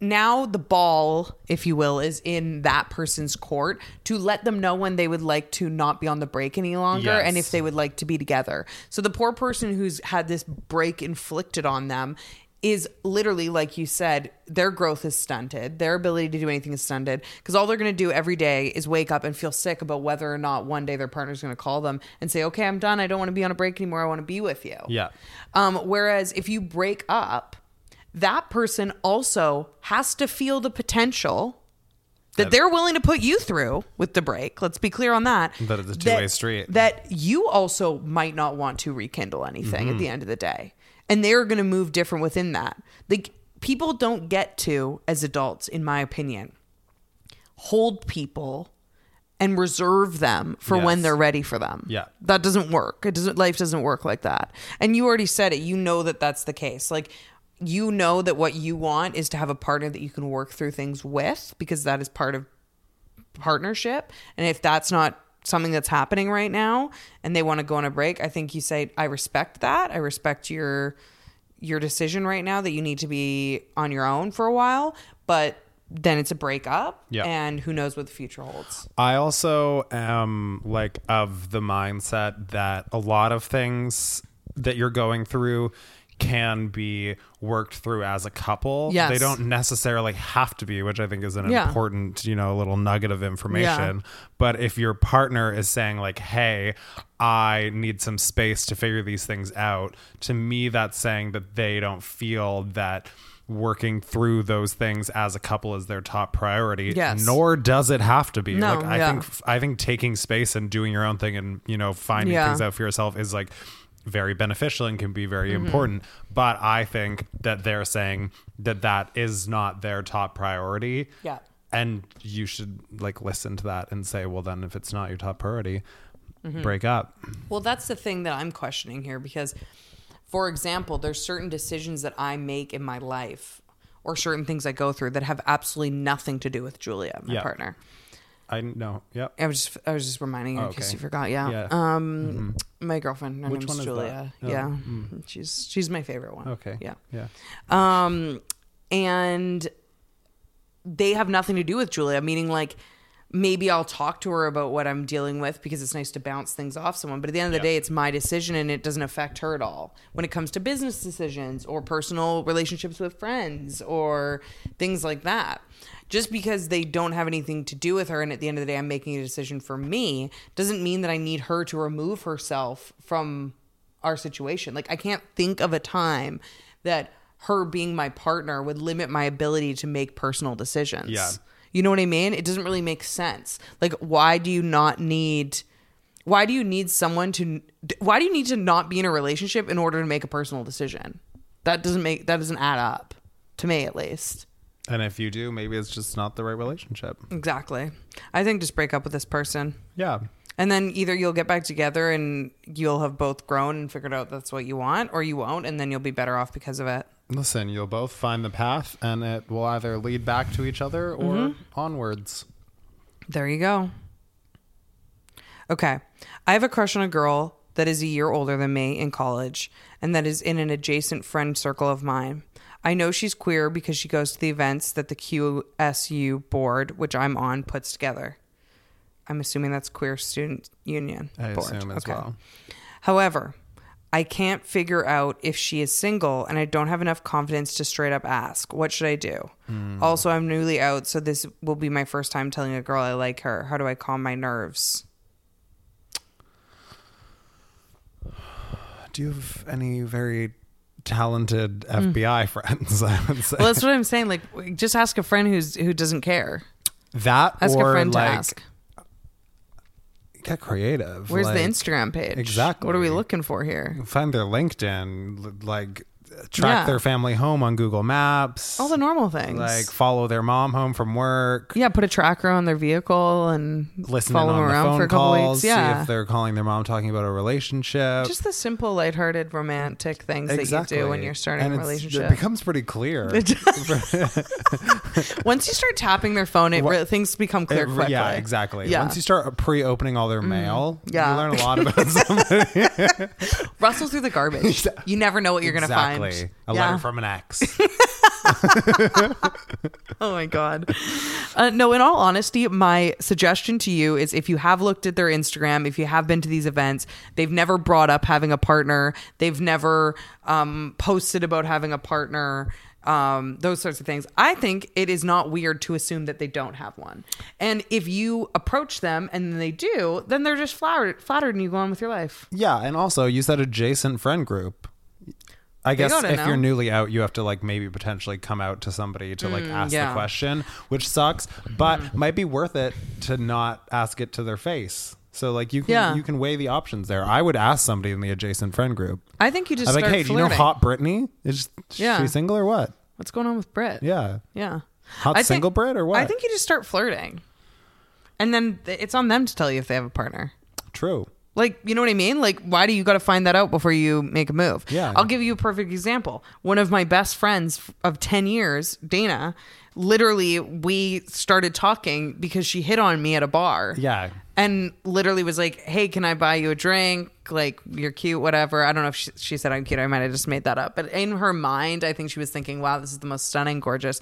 B: now the ball, if you will, is in that person's court to let them know when they would like to not be on the break any longer
A: Yes.
B: and if they would like to be together. So the poor person who's had this break inflicted on them is literally, like you said, their growth is stunted. Their ability to do anything is stunted because all they're going to do every day is wake up and feel sick about whether or not one day their partner's going to call them and say, okay, I'm done. I don't want to be on a break anymore. I want to be with you.
A: yeah.
B: Um, whereas if you break up, that person also has to feel the potential that they're willing to put you through with the break. Let's be clear on that.
A: That it's a two-way street.
B: That you also might not want to rekindle anything
A: Mm-hmm.
B: at the end of the day. And they're going to move different within that. Like people don't get to, as adults, in my opinion, hold people and reserve them for when
A: Yes.
B: they're ready for them.
A: Yeah.
B: That doesn't work. It doesn't life doesn't work like that. And you already said it. You know that that's the case. Like you know that what you want is to have a partner that you can work through things with because that is part of partnership. And if that's not something that's happening right now and they want to go on a break, I think you say I respect that. I respect your your decision right now that you need to be on your own for a while, but then it's a breakup
A: Yeah.
B: and who knows what the future holds.
A: I also am like of the mindset that a lot of things that you're going through can be worked through as a couple.
B: Yes.
A: They don't necessarily have to be, which I think is an
B: Yeah.
A: important, you know, little nugget of information. But if your partner is saying like, "Hey, I need some space to figure these things out," to me that's saying that they don't feel that working through those things as a couple is their top priority
B: Yes.
A: nor does it have to be
B: No,
A: like I
B: yeah.
A: think I think taking space and doing your own thing and you know finding
B: Yeah.
A: things out for yourself is like very beneficial and can be very
B: Mm-hmm.
A: important. But I think that they're saying that that is not their top priority.
B: Yeah.
A: and you should like listen to that and say, well, then if it's not your top priority,
B: Mm-hmm.
A: break up.
B: Well, that's the thing that I'm questioning here because, for example, there's certain decisions that I make in my life or certain things I go through that have absolutely nothing to do with Julia, my
A: Yeah.
B: partner.
A: I know. Yep.
B: I was just, I was just reminding you in case
A: Oh, okay.
B: you forgot. Yeah.
A: Yeah. Mm-hmm.
B: Um, my girlfriend. Her name's
A: one is that? Oh. Mm.
B: Julia. Yeah. She's she's my favorite one.
A: Okay.
B: Yeah.
A: Yeah.
B: Um, and they have nothing to do with Julia, meaning like maybe I'll talk to her about what I'm dealing with because it's nice to bounce things off someone. But at the end of the day, it's my decision and it doesn't affect her at all when it comes to business decisions or personal relationships with friends or things like that. Just because they don't have anything to do with her and at the end of the day, I'm making a decision for me doesn't mean that I need her to remove herself from our situation. Like I can't think of a time that her being my partner would limit my ability to make personal decisions.
A: Yeah.
B: You know what I mean? It doesn't really make sense. Like why do you not need Why do you need someone to why do you need to not be in a relationship in order to make a personal decision? That doesn't make that doesn't add up to me at least.
A: And if you do, maybe it's just not the right relationship.
B: Exactly. I think just break up with this person.
A: Yeah.
B: And then either you'll get back together and you'll have both grown and figured out that's what you want, or you won't, and then you'll be better off because of it.
A: Listen, you'll both find the path and it will either lead back to each other or
B: Mm-hmm.
A: onwards.
B: There you go. Okay. I have a crush on a girl that is a year older than me in college and that is in an adjacent friend circle of mine. I know she's queer because she goes to the events that the QSU board, which I'm on, puts together. I'm assuming that's Queer Student Union.
A: I
B: board.
A: assume as well.
B: However, I can't figure out if she is single and I don't have enough confidence to straight up ask. What should I do?
A: Hmm.
B: Also, I'm newly out, so this will be my first time telling a girl I like her. How do I calm my nerves?
A: Do you have any very talented FBI friends? I would say
B: Mm. Well, that's what I'm saying. Like, just ask a friend who's who doesn't care.
A: that
B: Ask
A: or
B: a friend
A: like
B: to ask.
A: get creative.
B: Where's
A: Like,
B: the Instagram page?
A: Exactly.
B: What are we looking for here?
A: Find their LinkedIn, l- like track
B: Yeah.
A: their family home on Google Maps.
B: All the normal things.
A: like follow their mom home from work.
B: yeah, put a tracker on their vehicle and
A: Listen in
B: follow
A: on
B: them
A: the
B: around
A: phone
B: for a couple
A: calls.
B: weeks. Yeah,
A: See if they're calling their mom talking about a relationship.
B: just the simple, lighthearted, romantic things that you do when you're starting
A: And
B: a
A: it's-
B: relationship.
A: It becomes pretty clear.
B: Once you start tapping their phone, it re- things become clear
A: It-
B: quickly.
A: yeah, exactly.
B: Yeah. Mm.
A: Once you start pre-opening all their mail,
B: yeah.
A: you learn a lot about someone.
B: Rustle through the garbage. you never know what you're gonna
A: exactly.
B: find.
A: A
B: Yeah.
A: letter from an ex.
B: Oh my god. Uh, no, in all honesty, my suggestion to you is if you have looked at their Instagram, if you have been to these events, they've never brought up having a partner, they've never um, posted about having a partner. Um, those sorts of things. I think it is not weird to assume that they don't have one. And if you approach them and then they do, then they're just flattered, flattered and you go on with your life.
A: yeah, and also you said adjacent friend group. I guess
B: gotta
A: if
B: know.
A: you're newly out, you have to like maybe potentially come out to somebody to like ask
B: Mm, yeah.
A: the
B: Mm-hmm.
A: question, which sucks, but might be worth it to not ask it to their face. So like you can
B: Yeah.
A: you can weigh the options there. I would ask somebody in the adjacent friend group.
B: I think you just
A: I'm like,
B: start
A: hey, do you know
B: flirting.
A: Hot Brittany? Is
B: Yeah.
A: she single or what?
B: What's going on with Brit?
A: Yeah.
B: Yeah.
A: Hot single Brit or what?
B: I think you just start flirting. And then th- it's on them to tell you if they have a partner.
A: True.
B: Like, you know what I mean? Like, why do you got to find that out before you make a move?
A: Yeah.
B: I'll give you a perfect example. One of my best friends f- of 10 years, Dana, literally, we started talking because she hit on me at a bar.
A: Yeah.
B: And literally was like, hey, can I buy you a drink? Like, you're cute, whatever. I don't know if she, she said I'm cute. I might have just made that up. But in her mind, I think she was thinking, wow, this is the most stunning, gorgeous,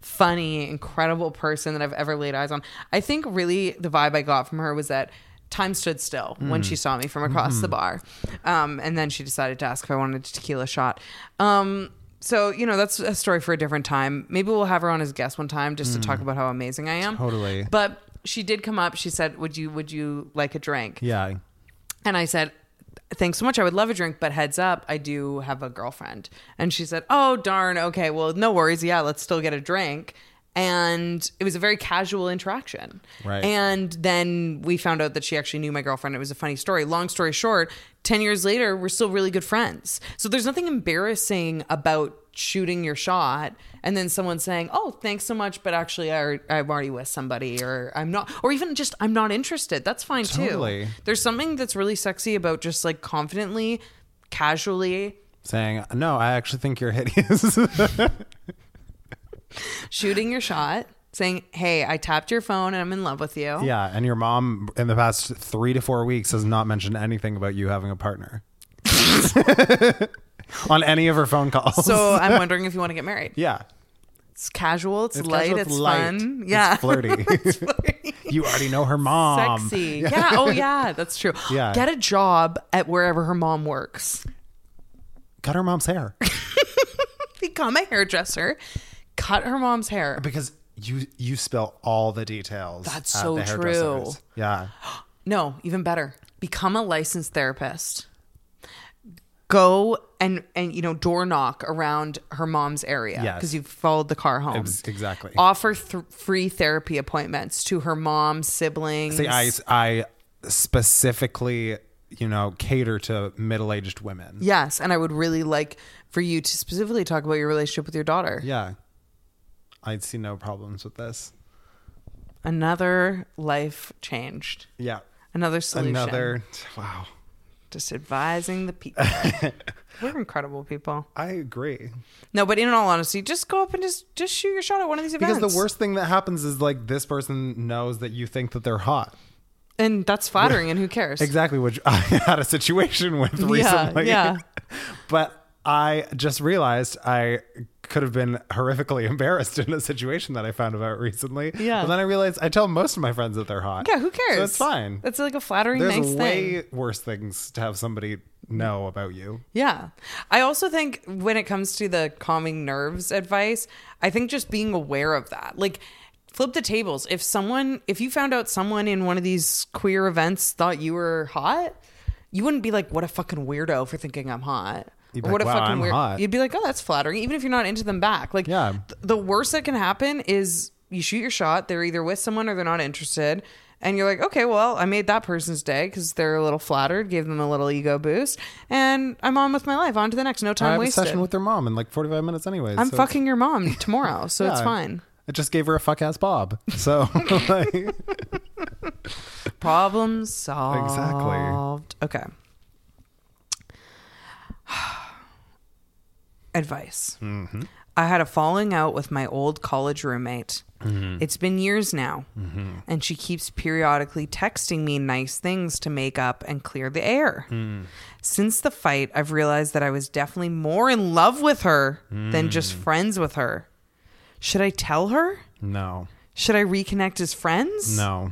B: funny, incredible person that I've ever laid eyes on. I think really the vibe I got from her was that time stood still when she saw me from across the bar. Um, and then she decided to ask if I wanted a tequila shot. Um, so, you know, that's a story for a different time. Maybe we'll have her on as guest one time just to talk about how amazing I am.
A: Totally.
B: But she did come up. She said, "Would you would you like a drink?"
A: Yeah.
B: And I said, "Thanks so much. I would love a drink, but heads up, I do have a girlfriend." And she said, "Oh darn. Okay. Well, no worries. Yeah, let's still get a drink." And it was a very casual interaction.
A: Right.
B: And then we found out that she actually knew my girlfriend. It was a funny story. Long story short, 10 years later, we're still really good friends. So there's nothing embarrassing about shooting your shot and then someone saying, Oh, thanks so much, but actually, I, I'm already with somebody, or I'm not, or even just I'm not interested. That's fine
A: Totally.
B: too. There's something that's really sexy about just like confidently, casually
A: Saying, no, I actually think you're hideous.
B: shooting your shot, saying, Hey, I tapped your phone and I'm in love with you.
A: yeah. And your mom in the past three to four weeks has not mentioned anything about you having a partner on any of her phone calls.
B: So I'm wondering if you want to get married.
A: yeah.
B: It's casual. It's,
A: It's
B: light.
A: casual,
B: it's fun. Yeah.
A: It's flirty. you already know her mom.
B: Sexy. Yeah. Oh, yeah. That's true.
A: Um, Yeah.
B: Get a job at wherever her mom works.
A: Cut her mom's hair
B: Become a hairdresser. Cut her mom's hair.
A: because you you spill all the details.
B: That's
A: at
B: so
A: the
B: true.
A: hairdressers. Yeah.
B: No, even better. Become a licensed therapist. Go and and you know door knock around her mom's area
A: Yes.
B: because you've followed the car home.
A: Ex- exactly.
B: Offer th- free therapy appointments to her mom, siblings.
A: See, I, I specifically, you know, cater to middle aged women.
B: Yes, and I would really like for you to specifically talk about your relationship with your daughter.
A: Yeah. I'd see no problems with this.
B: Another life changed.
A: Yeah.
B: Another solution.
A: Another wow.
B: Just advising the people. We're incredible people.
A: I agree.
B: No, but in all honesty, just go up and just just shoot your shot at one of these events.
A: Because the worst thing that happens is like this person knows that you think that they're hot.
B: and that's flattering, and who cares?
A: Exactly, which I had a situation with recently.
B: yeah.
A: but I just realized I could have been horrifically embarrassed in a situation that I found about recently.
B: Yeah.
A: But then I realized I tell most of my friends that they're hot.
B: Yeah, who cares?
A: So it's fine.
B: That's like a flattering,
A: There's
B: nice thing.
A: way worse things to have somebody know about you.
B: Yeah. I also think when it comes to the calming nerves advice, I think just being aware of that. Like flip the tables. If someone if you found out someone in one of these queer events thought you were hot, you wouldn't be like, What a fucking weirdo for thinking I'm hot.
A: You'd be
B: Or
A: like,
B: what
A: "Wow,
B: a fucking
A: I'm
B: weird
A: hot."
B: You'd be like, Oh, that's flattering, even if you're not into them back. Like
A: Yeah.
B: th- the worst that can happen is you shoot your shot, they're either with someone or they're not interested. And you're like, okay, well, I made that person's day because they're a little flattered, gave them a little ego boost, and I'm on with my life. On to the next. No
A: I
B: time
A: have
B: wasted.
A: a session with their mom in like 45 minutes anyways.
B: I'm
A: so it's-
B: fucking your mom tomorrow, so it's
A: yeah.
B: fine.
A: I just gave her a fuck ass bob. So like,
B: Problem solved. Okay. Advice. I had a falling out with my old college roommate. It's been years now, and she keeps periodically texting me nice things to make up and clear the air. Since the fight, I've realized that I was definitely more in love with her than just friends with her. Should I tell her?
A: no.
B: Should I reconnect as friends?
A: No.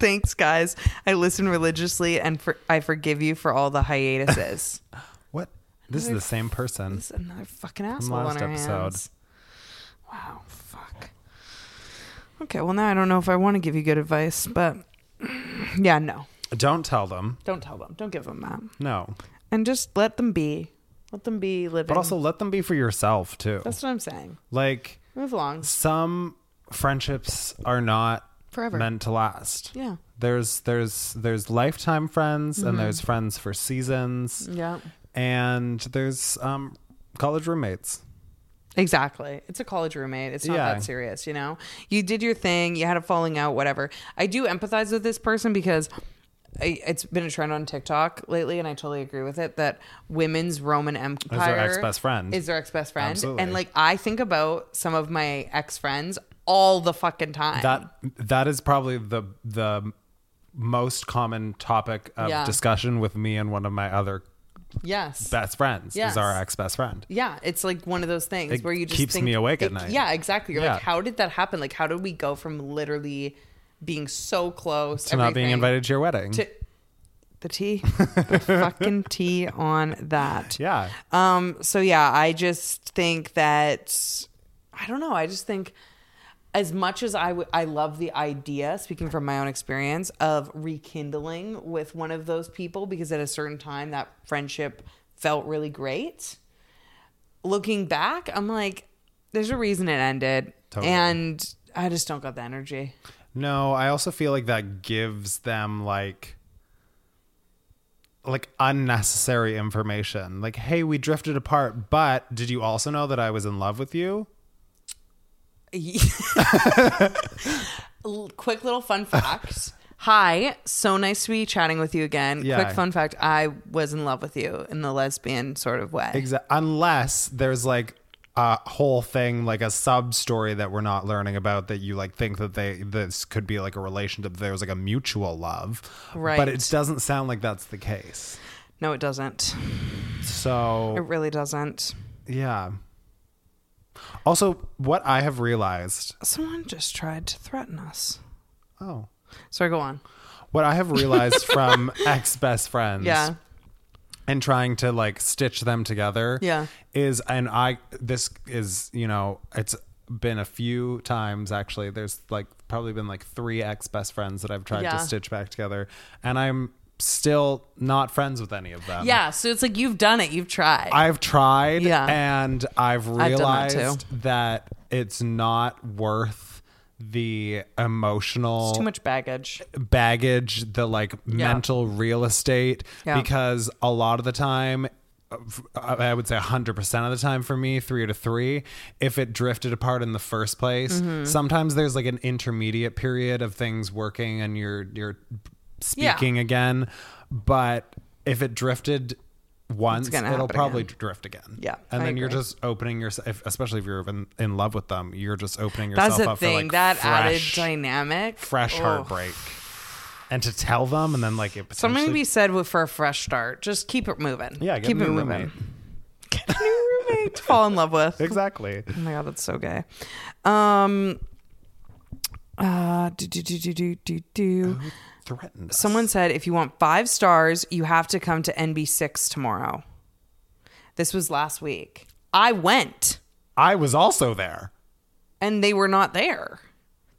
B: Thanks, guys. I listen religiously, and for, I forgive you for all the hiatuses.
A: What? This is the same person.
B: It's another fucking asshole
A: last
B: on our
A: episode.
B: hands. Wow, fuck. Okay, well now I don't know if I want to give you good advice, but yeah, no,
A: Don't tell them.
B: don't tell them, don't give them that,
A: No.
B: and just let them be, let them be living.
A: But also let them be for yourself too.
B: that's what I'm saying.
A: like
B: Move along.
A: some friendships are not
B: Forever.
A: meant to last.
B: Yeah. Mm-hmm.
A: There's there's there's lifetime friends and there's friends for seasons.
B: Yeah,
A: And there's um college roommates.
B: exactly. It's a college roommate. It's not
A: Yeah.
B: that serious, you know. You did your thing. You had a falling out, whatever. I do empathize with this person because. I, it's been a trend on TikTok lately, and I totally agree with it. That women's Roman Empire
A: ex-best friend.
B: is their ex best friend,
A: Absolutely.
B: and like I think about some of my ex friends all the fucking time.
A: That that is probably the the most common topic of
B: Yeah.
A: discussion with me and one of my other
B: yes,
A: best friends
B: Yes.
A: is our ex best friend.
B: yeah, it's like one of those things
A: It
B: where you just
A: keeps
B: think-
A: me awake at
B: it-
A: night.
B: Yeah, exactly. You're like,
A: Yeah.
B: how did that happen? Like, how did we go from literally being so close
A: To not being
B: everything,
A: invited to your wedding.
B: to the tea, the fucking tea on that.
A: yeah.
B: Um, so yeah, I just think that I don't know. I just think as much as I would- I love the idea, speaking from my own experience, of rekindling with one of those people because at a certain time that friendship felt really great. Looking back, I'm like, there's a reason it ended,
A: Totally.
B: and I just don't got the energy.
A: No, I also feel like that gives them like like unnecessary information. Like, hey, we drifted apart, but did you also know that I was in love with you?
B: L- quick little fun fact. Hi, so nice to be chatting with you again.
A: Yeah.
B: Quick fun fact: I was in love with you in the lesbian sort of way.
A: Exactly. Unless there's like a whole thing, like a sub story that we're not learning about that you like think that they this could be like a relationship. There was like a mutual love,
B: Right.
A: But it doesn't sound like that's the case.
B: no, it doesn't. It
A: So
B: really doesn't.
A: yeah. Also, what I have realized.
B: Someone just tried to threaten us.
A: Oh.
B: Sorry, go on.
A: What I have realized from ex best friends
B: Yeah.
A: and trying to like stitch them together
B: Yeah.
A: is, and I, this is, you know, it's been a few times actually. There's like probably been like three ex best friends that I've tried
B: Yeah.
A: to stitch back together, and I'm still not friends with any of them.
B: Yeah. So it's like you've done it. You've tried.
A: I've tried
B: Yeah.
A: and I've
B: done that
A: realized that, it's not worth the emotional
B: It's too much baggage.
A: baggage, the like mental real estate,
B: Yeah.
A: because a lot of the time, uh, f- I I would say 100% of the time for me, three to three, if it drifted apart in the first place,
B: Mm-hmm.
A: sometimes there's like an intermediate period of things working and you're, you're
B: Yeah.
A: speaking again. But if it drifted once,
B: gonna
A: it'll
B: happen
A: probably
B: again.
A: drift again.
B: Yeah,
A: And
B: I
A: then you're
B: agree.
A: just opening yourself, especially if you're in, in love with them, you're just opening yourself
B: That's the
A: up for
B: thing.
A: like
B: that
A: fresh,
B: added dynamic.
A: fresh
B: Oh.
A: heartbreak and to tell them and then like it
B: Something to
A: potentially-
B: be said with- for a fresh start. Just keep it moving.
A: yeah get
B: keep
A: a
B: it
A: new
B: moving.
A: roommate.
B: Get a new roommate to fall in love with.
A: exactly
B: Oh my god, that's so gay. Um, uh, do do do do do do do.
A: threatened us.
B: Someone said if you want five stars, you have to come to NB six tomorrow. This was last week. I went,
A: i was also there
B: and they were not there.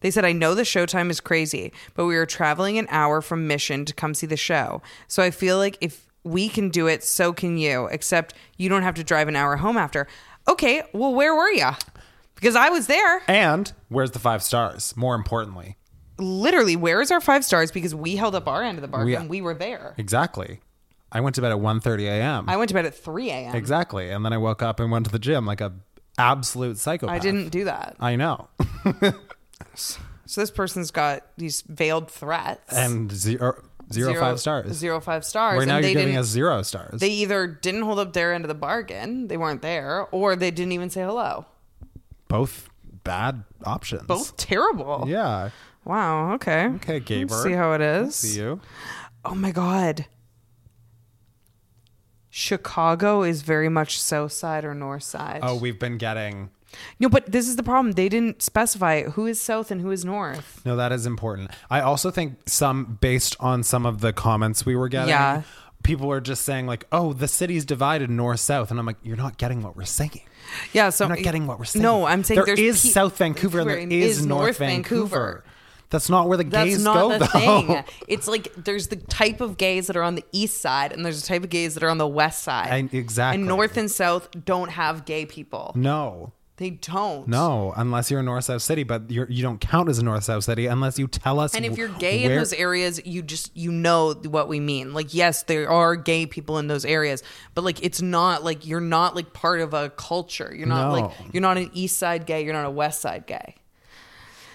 B: They said, I know the showtime is crazy, but we were traveling an hour from Mission to come see the show. So I feel like if we can do it, so can you, except you don't have to drive an hour home after. Okay, well, where were you? Because I was there.
A: and where's the five stars more importantly
B: literally where is our five stars because we held up our end of the bargain
A: We-
B: we were there
A: exactly i went to bed at 1.30 a.m
B: i went to bed at 3 a.m
A: exactly and then i woke up and went to the gym like a absolute psychopath
B: i didn't do that
A: i know
B: so this person's got these veiled threats
A: and zero zero
B: Zero
A: five stars
B: zero five stars
A: Where now
B: and
A: you're
B: they
A: giving
B: didn't
A: us zero stars
B: they either didn't hold up their end of the bargain they weren't there or they didn't even say hello
A: both bad options
B: both terrible
A: yeah
B: wow okay
A: okay gaber
B: Let's see how it is.
A: see you
B: oh my god chicago is very much south side or north side
A: oh we've been getting
B: No, but this is the problem. They didn't specify who is south and who is north.
A: No, that is important. I also think some, based on some of the comments we were getting,
B: Yeah.
A: people are just saying like, "Oh, the city's divided north south," and I'm like, "You're not getting what we're saying.
B: Yeah, so
A: You're not getting what we're saying."
B: No, I'm saying
A: there
B: there's
A: is
B: pe-
A: South Vancouver and there
B: Vancouver
A: is,
B: is
A: North,
B: North
A: Vancouver.
B: Vancouver.
A: That's not where the
B: That's
A: gays
B: not
A: go,
B: the
A: though.
B: thing. It's like there's the type of gays that are on the east side, and there's a type of gays that are on the west side.
A: And- exactly.
B: And north and south don't have gay people.
A: No,
B: They don't.
A: no, unless you're a north south city, but you're, you don't count as a north south city unless you tell us.
B: And if
A: wh-
B: you're gay in
A: where-
B: those areas, you just you know what we mean. Like yes, there are gay people in those areas, but like it's not like you're not like part of a culture. You're not
A: No.
B: like you're not an east side gay, you're not a west side gay.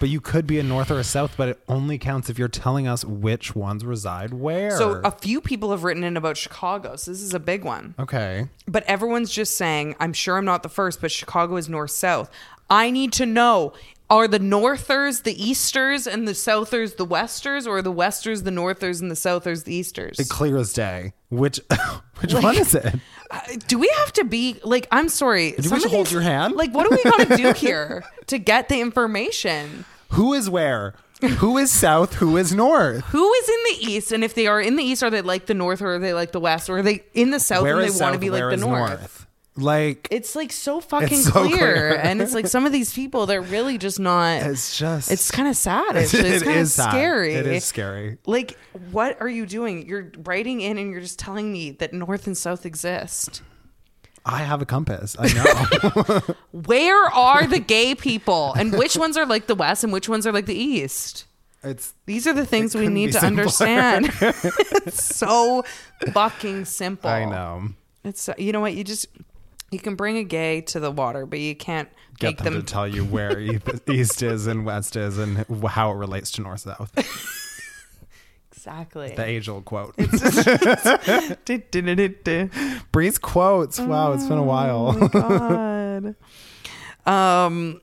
A: but you could be a north or a south, but it only counts if you're telling us which ones reside where.
B: So a few people have written in about Chicago. So this is a big one.
A: okay,
B: But everyone's just saying, I'm sure I'm not the first, but Chicago is north south. I need to know are the northers the easters and the southers the westers or are the westers the northers and the southers the easters?
A: clear as day. Which which one is it?
B: Uh, do we have to be like I'm sorry. Do
A: we just hold your hand?
B: Like what do we got to do here to get the information?
A: Who is where? Who is south? Who is north?
B: Who is in the east and if they are in the east are they like the north or are they like the west or are they in the south
A: Where
B: and
A: is
B: they want to
A: south?
B: be like
A: where
B: the
A: is
B: north?
A: north? Like
B: It's like so fucking
A: It's so
B: clear.
A: clear.
B: and it's like some of these people they're really just not
A: It's just-
B: It's kind of sad actually. It's
A: It
B: kind of
A: is sad.
B: scary.
A: It is scary.
B: Like what are you doing? You're writing in and you're just telling me that north and south exist.
A: I have a compass. I know.
B: Where are the gay people? And which ones are like the West and which ones are like the East?
A: it's
B: These are the things we
A: couldn't
B: need
A: be
B: to
A: simpler.
B: understand. it's so fucking simple.
A: I know.
B: It's so- you know what you just you can bring a gay to the water, but you can't
A: Get
B: make
A: them,
B: them.
A: to tell you where e- east is and west is and how it relates to north south.
B: exactly.
A: The age old quote.
B: Du-du-du-du-du.
A: Breeze quotes. Wow, it's been a while.
B: God. Um.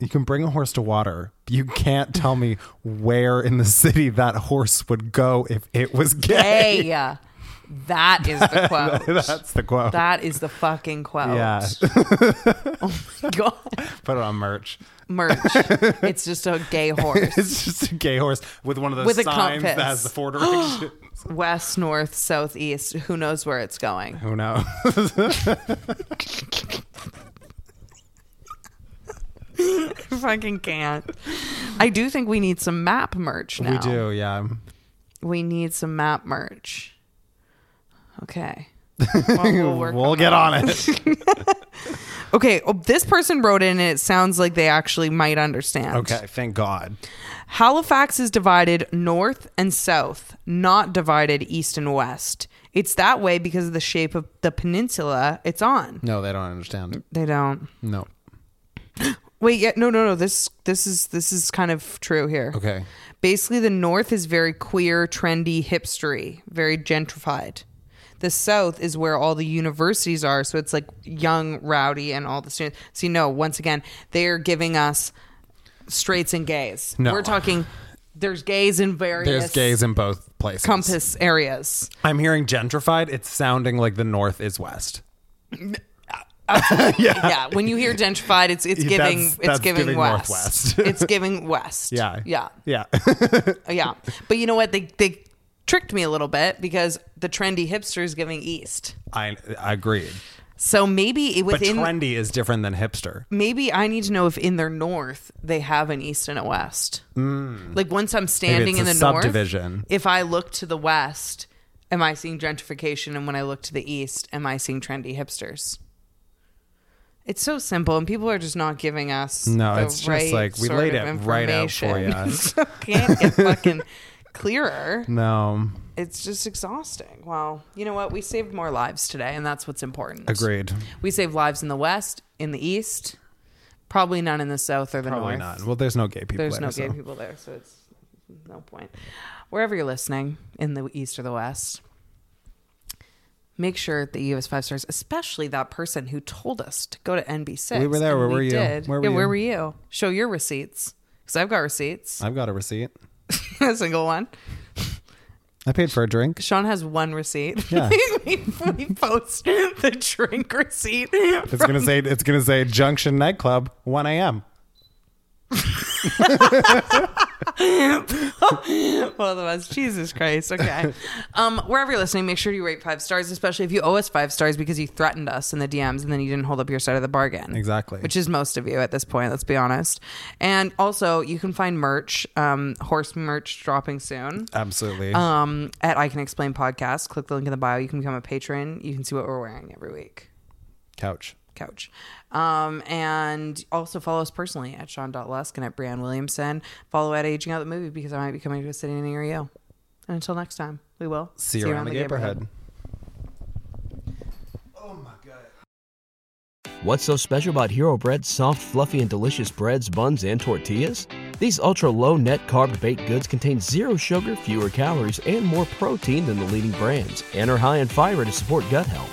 A: You can bring a horse to water. You can't tell me where in the city that horse would go if it was gay.
B: Hey. That is the quote.
A: That's the quote.
B: that is the fucking quote.
A: yeah.
B: God.
A: Put it on merch.
B: Merch. it's just a gay horse.
A: It's just a gay horse with one of those
B: With a
A: signs that
B: compass.
A: has the four directions.
B: west, north, south, east. Who knows where it's going?
A: Who knows?
B: Fucking can't. I do think we need some map merch now.
A: We do, yeah.
B: We need some map merch. Okay. Well, we'll work
A: We'll get on it.
B: Okay, oh, this person wrote in, and it sounds like they actually might understand.
A: Okay, thank God.
B: Halifax is divided north and south, not divided east and west. It's that way because of the shape of the peninsula it's on.
A: No, they don't understand.
B: They don't.
A: No.
B: Wait, yeah, no, no, no. This this is this is kind of true here.
A: Okay.
B: Basically, the North is very queer, trendy, hipstery, very gentrified. The South is where all the universities are, so it's like young, rowdy, and all the students. See, no, once again, they're giving us straights and gays.
A: No.
B: We're talking. There's gays in various
A: There's gays in both places.
B: compass areas.
A: I'm hearing gentrified. It's sounding like the north is west.
B: yeah, when you hear gentrified, it's it's
A: Yeah,
B: giving
A: that's-
B: it's
A: that's
B: giving,
A: giving
B: west.
A: Northwest.
B: it's giving west.
A: Yeah.
B: yeah,
A: Yeah.
B: yeah. But you know what? They they tricked me a little bit because the trendy hipster is giving east.
A: I, I agreed.
B: So maybe it-
A: But
B: within
A: trendy is different than hipster.
B: maybe I need to know if in their north they have an east and a west. Like once I'm standing
A: Mm. it's
B: in
A: a
B: the
A: subdivision.
B: north, if I look to the west, am I seeing gentrification? And when I look to the east, am I seeing trendy hipsters? It's so simple, and people are just not giving us.
A: No,
B: the
A: it's
B: right
A: just like we
B: sort
A: laid
B: of
A: it right out for
B: information.
A: you.
B: So can't get fucking clearer.
A: No,
B: It's just exhausting. Well, you know what? We saved more lives today, and that's what's important.
A: agreed.
B: We save lives in the West, in the East, probably none in the South or the
A: Probably
B: North.
A: not. Well, there's no gay people.
B: There's
A: there,
B: no
A: so.
B: gay people there, so it's no point. Wherever you're listening, in the East or the West, make sure that you give us five stars, especially that person who told us to go to NB6.
A: We were there.
B: and
A: Where
B: we
A: were you?
B: Did.
A: Where were
B: yeah,
A: you?
B: where were you? Show your receipts. Because I've got receipts,
A: I've got a receipt.
B: a single one.
A: I paid for a drink.
B: Sean has one receipt.
A: Yeah.
B: we, we post the drink receipt.
A: It's gonna say it's gonna say Junction Nightclub, 1 a.m.
B: Both of us. Jesus Christ. Okay. Um, wherever you're listening, make sure you rate five stars, especially if you owe us five stars because you threatened us in the DMs and then you didn't hold up your side of the bargain.
A: Exactly.
B: Which is most of you at this point, let's be honest. And also, you can find merch, um, horse merch dropping soon.
A: Absolutely.
B: Um, at I Can Explain Podcast. Click the link in the bio. You can become a patron. You can see what we're wearing every week.
A: Couch.
B: Couch. Um, and also follow us personally at Sean.Lusk and at Brianne Williamson. Follow at Aging Out the Movie because I might be coming to a city near you. And until next time, we will
A: See, you around, the neighborhood.
C: What's so special about Hero Bread's soft, fluffy, and delicious breads, buns, and tortillas? These ultra low net carb baked goods contain zero sugar, fewer calories, and more protein than the leading brands, and are high in fiber to support gut health.